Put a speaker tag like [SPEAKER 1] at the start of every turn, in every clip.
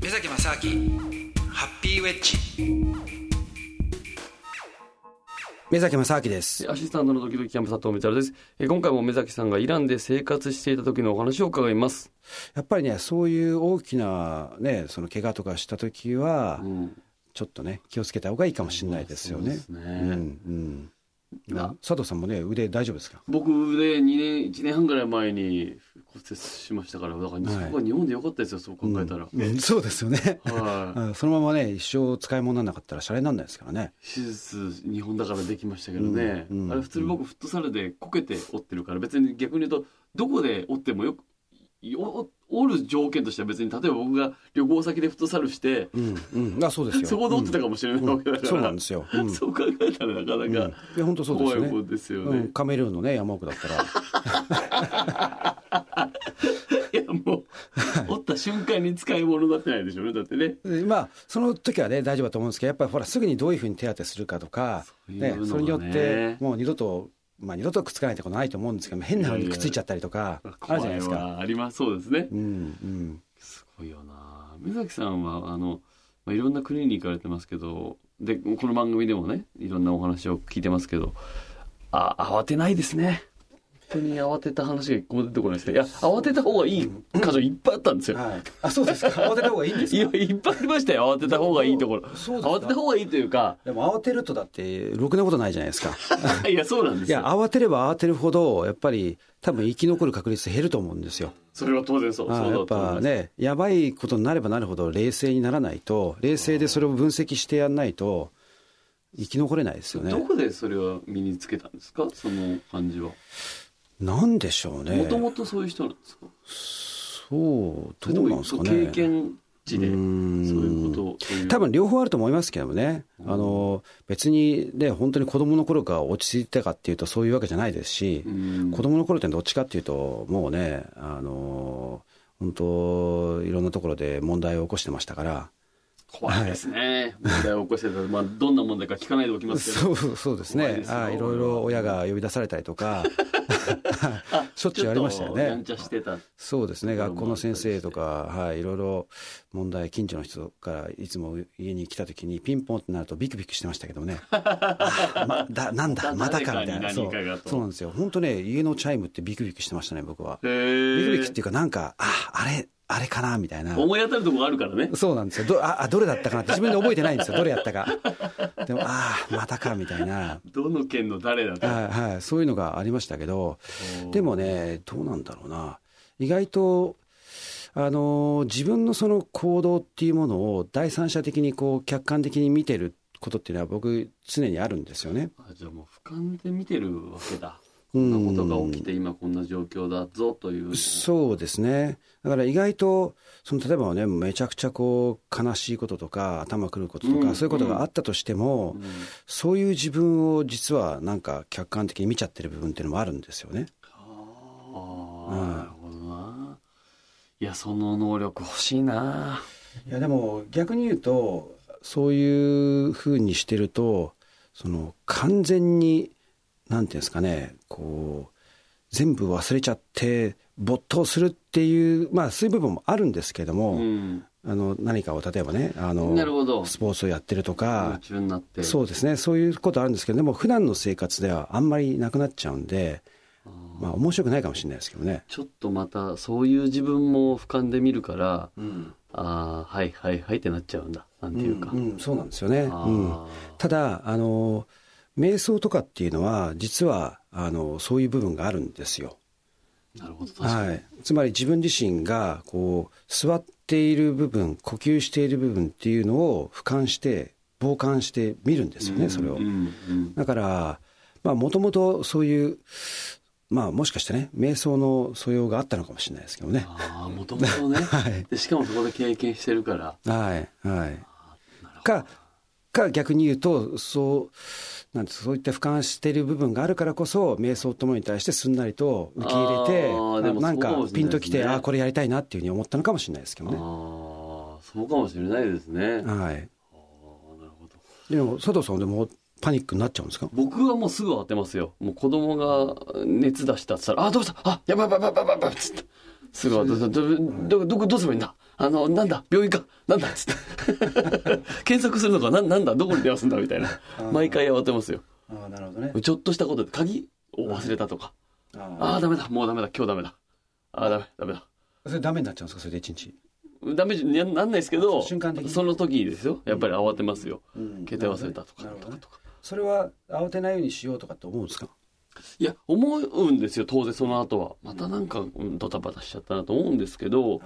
[SPEAKER 1] 目崎正明ハッピーウェッジ目崎正明です
[SPEAKER 2] アシスタントのドキドキキャンプ佐藤光です。えー今回も目崎さんがイランで生活していた時のお話を伺います。
[SPEAKER 1] やっぱりねそういう大きなねその怪我とかした時は、
[SPEAKER 2] ん
[SPEAKER 1] ちょっとね気をつけた方がいいかもしれないですよね。
[SPEAKER 2] そうです
[SPEAKER 1] う
[SPEAKER 2] ね
[SPEAKER 1] んうんまあ佐藤さんもね腕大丈夫ですか
[SPEAKER 2] 僕で2年、1年半ぐらい前に骨折しましたから、だからそこが日本でよかったですよ、そう考えたら。
[SPEAKER 1] うんそうですよね、
[SPEAKER 2] は
[SPEAKER 1] うんそのままね一生使い物にならなかったらシャレにならないですからね
[SPEAKER 2] 手術、日本だからできましたけどね。
[SPEAKER 1] うんうん
[SPEAKER 2] あれ普通に僕、フットサルでこけて折ってるから、別に逆に言うと、どこで折ってもよく、よ折る条件としては別に、例えば僕が旅行先でフットサルして、
[SPEAKER 1] うんうんあそう ですよ
[SPEAKER 2] そこで折ってたかもしれないわけだ
[SPEAKER 1] うん
[SPEAKER 2] から。
[SPEAKER 1] そうなんですよ、うんうん、い
[SPEAKER 2] そう考えたらなかなか
[SPEAKER 1] や本当そうです
[SPEAKER 2] 怖
[SPEAKER 1] よ
[SPEAKER 2] い
[SPEAKER 1] ね
[SPEAKER 2] 方ですよね。
[SPEAKER 1] うん、カメルーンのね山奥だったら
[SPEAKER 2] いやもう、折った瞬間に使い物になってないでしょうね、だってね。
[SPEAKER 1] でまあその時はね大丈夫だと思うんですけどやっぱりほらすぐにどういうふうに手当てするかとか
[SPEAKER 2] そういうのがね
[SPEAKER 1] それによってもう二度とまあ二度とくっつかないってことないと思うんですけど変なのにくっついちゃったりとかあるじゃないです
[SPEAKER 2] 怖い
[SPEAKER 1] か。
[SPEAKER 2] わあります、そうですね
[SPEAKER 1] う。んうん、
[SPEAKER 2] すごいよな目崎さんは、あの、まあ、いろんな国に行かれてますけど、で、この番組でもね、いろんなお話を聞いてますけど、あ、慌てないですね。本当に慌てた話が一個も出てこないですね。いや、慌てた方がいい箇所いっぱいあったんですよ。
[SPEAKER 1] はい、あそうですか慌てた方がいいんです
[SPEAKER 2] いや、いっぱいありましたよ、慌てた方がいいところ。
[SPEAKER 1] そうですか
[SPEAKER 2] 慌てた方がいいというか、
[SPEAKER 1] でも慌てるとだってろくなことないじゃないですか
[SPEAKER 2] いや、 そうなんで
[SPEAKER 1] い
[SPEAKER 2] すよ
[SPEAKER 1] や。慌てれば慌てるほどやっぱり多分生き残る確率減ると思うんですよ
[SPEAKER 2] それは当然そう。
[SPEAKER 1] ああ
[SPEAKER 2] そう
[SPEAKER 1] や
[SPEAKER 2] だ
[SPEAKER 1] っ
[SPEAKER 2] と思い
[SPEAKER 1] ぱ
[SPEAKER 2] ます。
[SPEAKER 1] ね、やばいことになればなるほど冷静にならないと、冷静でそれを分析してやんないと、生き残れないですよ
[SPEAKER 2] ど
[SPEAKER 1] ね。
[SPEAKER 2] こでそれは身につけたんですかその感じは。
[SPEAKER 1] なんでしょうね
[SPEAKER 2] も。ともとそういう人なんですか
[SPEAKER 1] そう、どうなんですか
[SPEAKER 2] それとも
[SPEAKER 1] ね
[SPEAKER 2] 経。験値で、そう
[SPEAKER 1] ーん
[SPEAKER 2] いうことを。そういう
[SPEAKER 1] 多分両方あると思いますけどもね、あの別にね、本当に子供の頃から落ち着いてたかっていうと、そういうわけじゃないですし
[SPEAKER 2] う、ん
[SPEAKER 1] 子供の頃ってどっちかっていうと、もうね、あの本当、いろんなところで問題を起こしてましたから、
[SPEAKER 2] 怖いですね。問題を起こしてたら、まあ、どんな問題か聞かないでおきますけど。
[SPEAKER 1] そうそうです
[SPEAKER 2] 怖い
[SPEAKER 1] ね
[SPEAKER 2] ですよ
[SPEAKER 1] あいろいろ親が呼び出されたりとか
[SPEAKER 2] あ
[SPEAKER 1] しょっちゅう ありましたよ
[SPEAKER 2] ちょっとやん
[SPEAKER 1] ね
[SPEAKER 2] ちゃしてた。
[SPEAKER 1] そうですね
[SPEAKER 2] 子供
[SPEAKER 1] 学校の先生とか、はい、いろいろ問題近所の人からいつも家に来た時にピンポンってなるとビクビクしてましたけど ねあまだなんだま
[SPEAKER 2] また
[SPEAKER 1] たかみたいなそ
[SPEAKER 2] 誰
[SPEAKER 1] う
[SPEAKER 2] かに何かがと
[SPEAKER 1] そうなんですよ本当ね家のチャイムってビクビクしてましたね僕は
[SPEAKER 2] へ
[SPEAKER 1] ビクビクっ
[SPEAKER 2] ー
[SPEAKER 1] ていうかなんかああれあれかなみたいな
[SPEAKER 2] 思い当たるとこがあるからね。
[SPEAKER 1] そうなんですよどああどれだったかなって自分で覚えてないんですよどれやったかでもああまたかみたいな
[SPEAKER 2] どの県の誰だと。
[SPEAKER 1] はいはい、そういうのがありましたけど、でもね、どうなんだろうな、意外と、あの自分のその行動っていうものを第三者的にこう客観的に見てることっていうのは、僕、常にあるんですよね。
[SPEAKER 2] あじゃあもう俯瞰で見てるわけだ。こ
[SPEAKER 1] うん
[SPEAKER 2] んなことが起きて今こんな状況だぞという。
[SPEAKER 1] そうですね。だから意外と、その例えばね、めちゃくちゃこう悲しいこととか、頭くることとか、
[SPEAKER 2] うん
[SPEAKER 1] そういうことがあったとしても、
[SPEAKER 2] うん
[SPEAKER 1] そういう自分を実はなんか客観的に見ちゃってる部分っていうのもあるんですよね。
[SPEAKER 2] あ
[SPEAKER 1] う
[SPEAKER 2] あ、
[SPEAKER 1] ん
[SPEAKER 2] なるほどな。いや、その能力欲しいな。
[SPEAKER 1] いやでも逆に言うとそういうふうにしてるとその完全になんていうんですかねこう全部忘れちゃって没頭するっていうまあそういう部分もあるんですけど
[SPEAKER 2] う
[SPEAKER 1] も、
[SPEAKER 2] ん。
[SPEAKER 1] あの何かを例えばねあの
[SPEAKER 2] なるほど。
[SPEAKER 1] スポーツをやってると
[SPEAKER 2] 夢
[SPEAKER 1] か、
[SPEAKER 2] 中になって。
[SPEAKER 1] そうですねそういうことあるんですけどでも普段の生活ではあんまりなくなっちゃうんで、
[SPEAKER 2] あー
[SPEAKER 1] まあ、面白くないかもしれないですけどね。
[SPEAKER 2] ちょっとまた、そういう自分も俯瞰で見るから、
[SPEAKER 1] うん
[SPEAKER 2] ああ、はいはいはいってなっちゃうんだ。なんていうか。
[SPEAKER 1] うんそうなんですよね。
[SPEAKER 2] あ
[SPEAKER 1] うん
[SPEAKER 2] ー
[SPEAKER 1] ただあの瞑想とかっていうのは実はあのそういう部分があるんですよ、
[SPEAKER 2] なるほど、確かに。
[SPEAKER 1] はい、つまり自分自身がこう座っている部分呼吸している部分っていうのを俯瞰して傍観して見るんですよね、それを
[SPEAKER 2] うんうん
[SPEAKER 1] だからまあもともとそういうまあもしかしてね瞑想の素養があったのかもしれないですけどね
[SPEAKER 2] ああ、もともとね、
[SPEAKER 1] はい
[SPEAKER 2] で。しかもそこで経験してるから。
[SPEAKER 1] はいはい
[SPEAKER 2] なるほど
[SPEAKER 1] か、か逆に言うと、そう、なんですかそういった俯瞰している部分があるからこそ、瞑想ともに対してすんなりと受け入れ
[SPEAKER 2] あ
[SPEAKER 1] て、
[SPEAKER 2] ー
[SPEAKER 1] あ
[SPEAKER 2] でも
[SPEAKER 1] なん
[SPEAKER 2] そう
[SPEAKER 1] か
[SPEAKER 2] かもしれ
[SPEAKER 1] ピ
[SPEAKER 2] ないですね
[SPEAKER 1] ンときて、ああ、これやりたいなっていうふうに思ったのかもしれないですけどね。
[SPEAKER 2] ああ、そうかもしれないですね。あ
[SPEAKER 1] はい。
[SPEAKER 2] あー、なるほど。
[SPEAKER 1] でも、佐藤さんでもパニックになっちゃうんですか
[SPEAKER 2] 僕はもうすぐ当てますよ。もう子供が熱出したって言ったら、あ、どうしたあ、やばいやばいやばいやばいやばいっつって。すぐ当てた。ど、ど、ど、どうすればいいんだああの、なんだ、病院か、なんだ、つって 検索するのか、ななんだ、どこに電話すんだ、みたいな。毎回慌てますよ。
[SPEAKER 1] ああなるほどね
[SPEAKER 2] ちょっとしたことで、鍵を忘れたとか。あ
[SPEAKER 1] あ
[SPEAKER 2] あ、ダメだ、もうダメだ、今日ダメだ。ああ、ダメ、ダメだ。
[SPEAKER 1] あそれダメになっちゃうんですかそれで一日、
[SPEAKER 2] ダメになんないですけど、
[SPEAKER 1] 瞬間的に
[SPEAKER 2] その時にですよ。やっぱり慌てますよ。
[SPEAKER 1] うん
[SPEAKER 2] 携帯忘れたとか、
[SPEAKER 1] なる
[SPEAKER 2] と
[SPEAKER 1] ほど
[SPEAKER 2] か
[SPEAKER 1] ね
[SPEAKER 2] とか。
[SPEAKER 1] それは慌てないようにしようとかって思うんですか
[SPEAKER 2] いや、思うんですよ、当然その後は。またなんか、うんドタバタしちゃったなと思うんですけど、やっ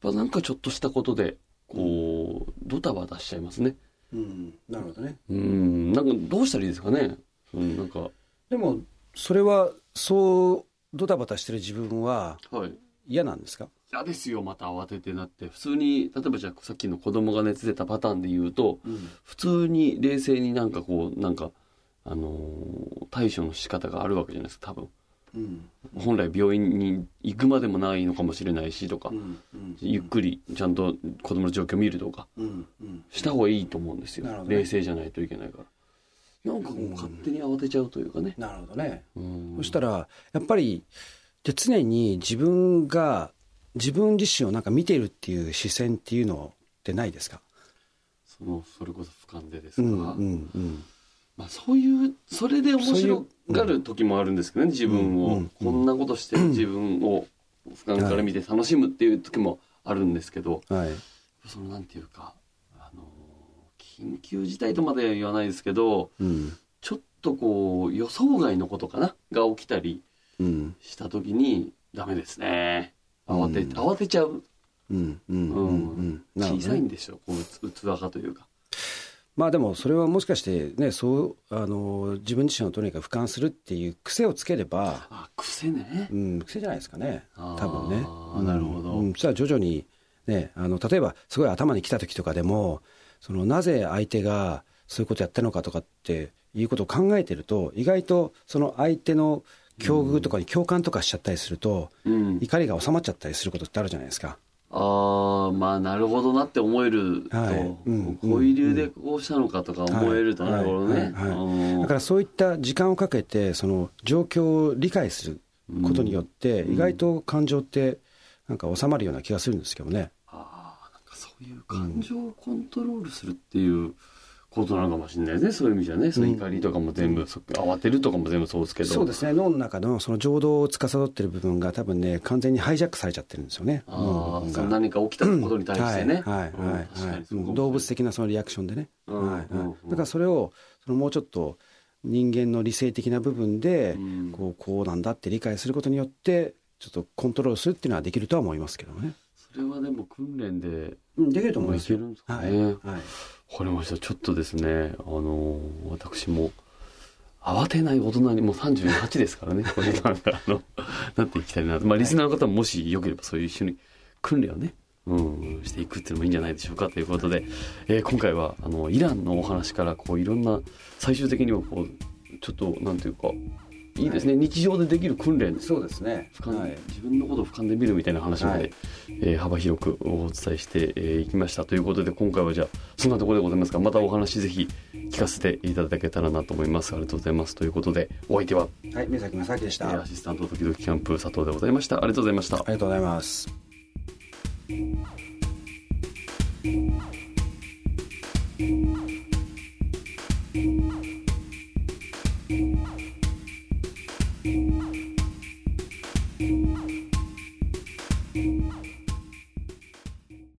[SPEAKER 2] ぱなんかちょっとしたことで、こう、ドタバタしちゃいますね。
[SPEAKER 1] うんなるほどね
[SPEAKER 2] うん、なんかどうしたらいいですかね。うん、なんか、
[SPEAKER 1] でもそれはそうドタバタしてる自分は
[SPEAKER 2] はい。
[SPEAKER 1] 嫌なんですか
[SPEAKER 2] 嫌ですよ、また慌ててなって。普通に、例えばじゃあさっきの子供が熱出たパターンで言うと、
[SPEAKER 1] うん
[SPEAKER 2] 普通に冷静になんかこう、なんか、あのー対処の仕方があるわけじゃないですか、多分。
[SPEAKER 1] うん
[SPEAKER 2] 本来病院に行くまでもないのかもしれないしとか、
[SPEAKER 1] うんうん
[SPEAKER 2] ゆっくりちゃんと子供の状況見るとか
[SPEAKER 1] うんうん
[SPEAKER 2] した方がいいと思うんですよ、
[SPEAKER 1] なるほどね
[SPEAKER 2] 冷静じゃないといけないからなんかもう勝手に慌てちゃうというかね、
[SPEAKER 1] なるほどね
[SPEAKER 2] うん
[SPEAKER 1] そしたらやっぱりで常に自分が自分自身をなんか見てるっていう視線っていうのってないですか
[SPEAKER 2] そのそれこそ俯瞰でです
[SPEAKER 1] う
[SPEAKER 2] か、
[SPEAKER 1] んうんうん
[SPEAKER 2] まあ、そういうそれで面白がる時もあるんですけどね自分を、
[SPEAKER 1] うんうん
[SPEAKER 2] こんなことしてる自分を俯瞰から見て楽しむっていう時もあるんですけど、
[SPEAKER 1] はい
[SPEAKER 2] そのなんていうかあの緊急事態とまでは言わないですけど、
[SPEAKER 1] うん
[SPEAKER 2] ちょっとこう予想外のことかなが起きたり
[SPEAKER 1] うん
[SPEAKER 2] した時にダメですね慌て、
[SPEAKER 1] うん
[SPEAKER 2] 慌てちゃう、
[SPEAKER 1] うんうんう
[SPEAKER 2] う
[SPEAKER 1] んんうんなるほど
[SPEAKER 2] 小さ
[SPEAKER 1] ね
[SPEAKER 2] いんですよこの器がというか
[SPEAKER 1] まあでもそれはもしかしてねそうあの自分自身をとにかく俯瞰するっていう癖をつければ、
[SPEAKER 2] あ癖ね
[SPEAKER 1] うん、癖じゃないですかね
[SPEAKER 2] あー
[SPEAKER 1] 多分ね。うん
[SPEAKER 2] なるほど
[SPEAKER 1] うん、そしたら徐々に、ね、あの例えばすごい頭に来た時とかでもそのなぜ相手がそういうことやったのかとかっていうことを考えてると意外とその相手の境遇とかに共感とかしちゃったりすると、
[SPEAKER 2] うん
[SPEAKER 1] 怒りが収まっちゃったりすることってあるじゃないですか。
[SPEAKER 2] ああまあなるほどなって思えると、
[SPEAKER 1] はいうん
[SPEAKER 2] こういう理由でこうしたのかとか思えると
[SPEAKER 1] はい
[SPEAKER 2] なるほどね、
[SPEAKER 1] はいはいはい
[SPEAKER 2] うん
[SPEAKER 1] だからそういった時間をかけてその状況を理解することによって意外と感情ってなんか収まるような気がするんですけどね。
[SPEAKER 2] あーなんかそういう感情をコントロールするっていうことなのかもしれないですねそういう意味じゃねその怒りとかも全部、そ慌てるとかも全部そうですけど
[SPEAKER 1] そうですね脳の中のその情動を司っている部分が多分ね完全にハイジャックされちゃってるんですよね
[SPEAKER 2] あー
[SPEAKER 1] 脳の部
[SPEAKER 2] その
[SPEAKER 1] 分が。
[SPEAKER 2] 何か起きたことに対してね、
[SPEAKER 1] はいはい
[SPEAKER 2] うん
[SPEAKER 1] はい
[SPEAKER 2] 確か
[SPEAKER 1] は
[SPEAKER 2] に
[SPEAKER 1] い
[SPEAKER 2] そうかもしれない
[SPEAKER 1] 動物的なそのリアクションでね、
[SPEAKER 2] うん
[SPEAKER 1] はい
[SPEAKER 2] うん
[SPEAKER 1] は
[SPEAKER 2] うん
[SPEAKER 1] い、だからそれをそのもうちょっと人間の理性的な部分で
[SPEAKER 2] うん
[SPEAKER 1] こうこうなんだって理解することによってちょっとコントロールするっていうのはできるとは思いますけどね。
[SPEAKER 2] それはでも訓練で
[SPEAKER 1] うん、できると
[SPEAKER 2] も
[SPEAKER 1] 思い
[SPEAKER 2] うい
[SPEAKER 1] ます
[SPEAKER 2] ける
[SPEAKER 1] よ。
[SPEAKER 2] んですか
[SPEAKER 1] は
[SPEAKER 2] ね、
[SPEAKER 1] い、はい、
[SPEAKER 2] わかりましたちょっとですねあのー私も慌てない大人にもう38ですから ねこれなんかあのなっていきたいなとまあリスナーの方ももしよければそういう一緒に訓練をねうん、していくっていうのもいいんじゃないでしょうかということで、えー今回はあのイランのお話からこういろんな最終的にはこうちょっとなんていうかいいですね、日常でできる訓練
[SPEAKER 1] そうですね。
[SPEAKER 2] 俯瞰、自分のことを俯瞰で見るみたいな話まで、
[SPEAKER 1] はい
[SPEAKER 2] えー幅広くお伝えしてえーいきましたということで今回はじゃあそんなところでございますがまたお話ぜひ聞かせていただけたらなと思いますありがとうございますということでお相手は、
[SPEAKER 1] はい、目崎正明でし
[SPEAKER 2] え
[SPEAKER 1] た。
[SPEAKER 2] ー
[SPEAKER 1] あ
[SPEAKER 2] アシスタント時々キャンプ佐藤でございましたありがとうございました
[SPEAKER 1] りがとうございます。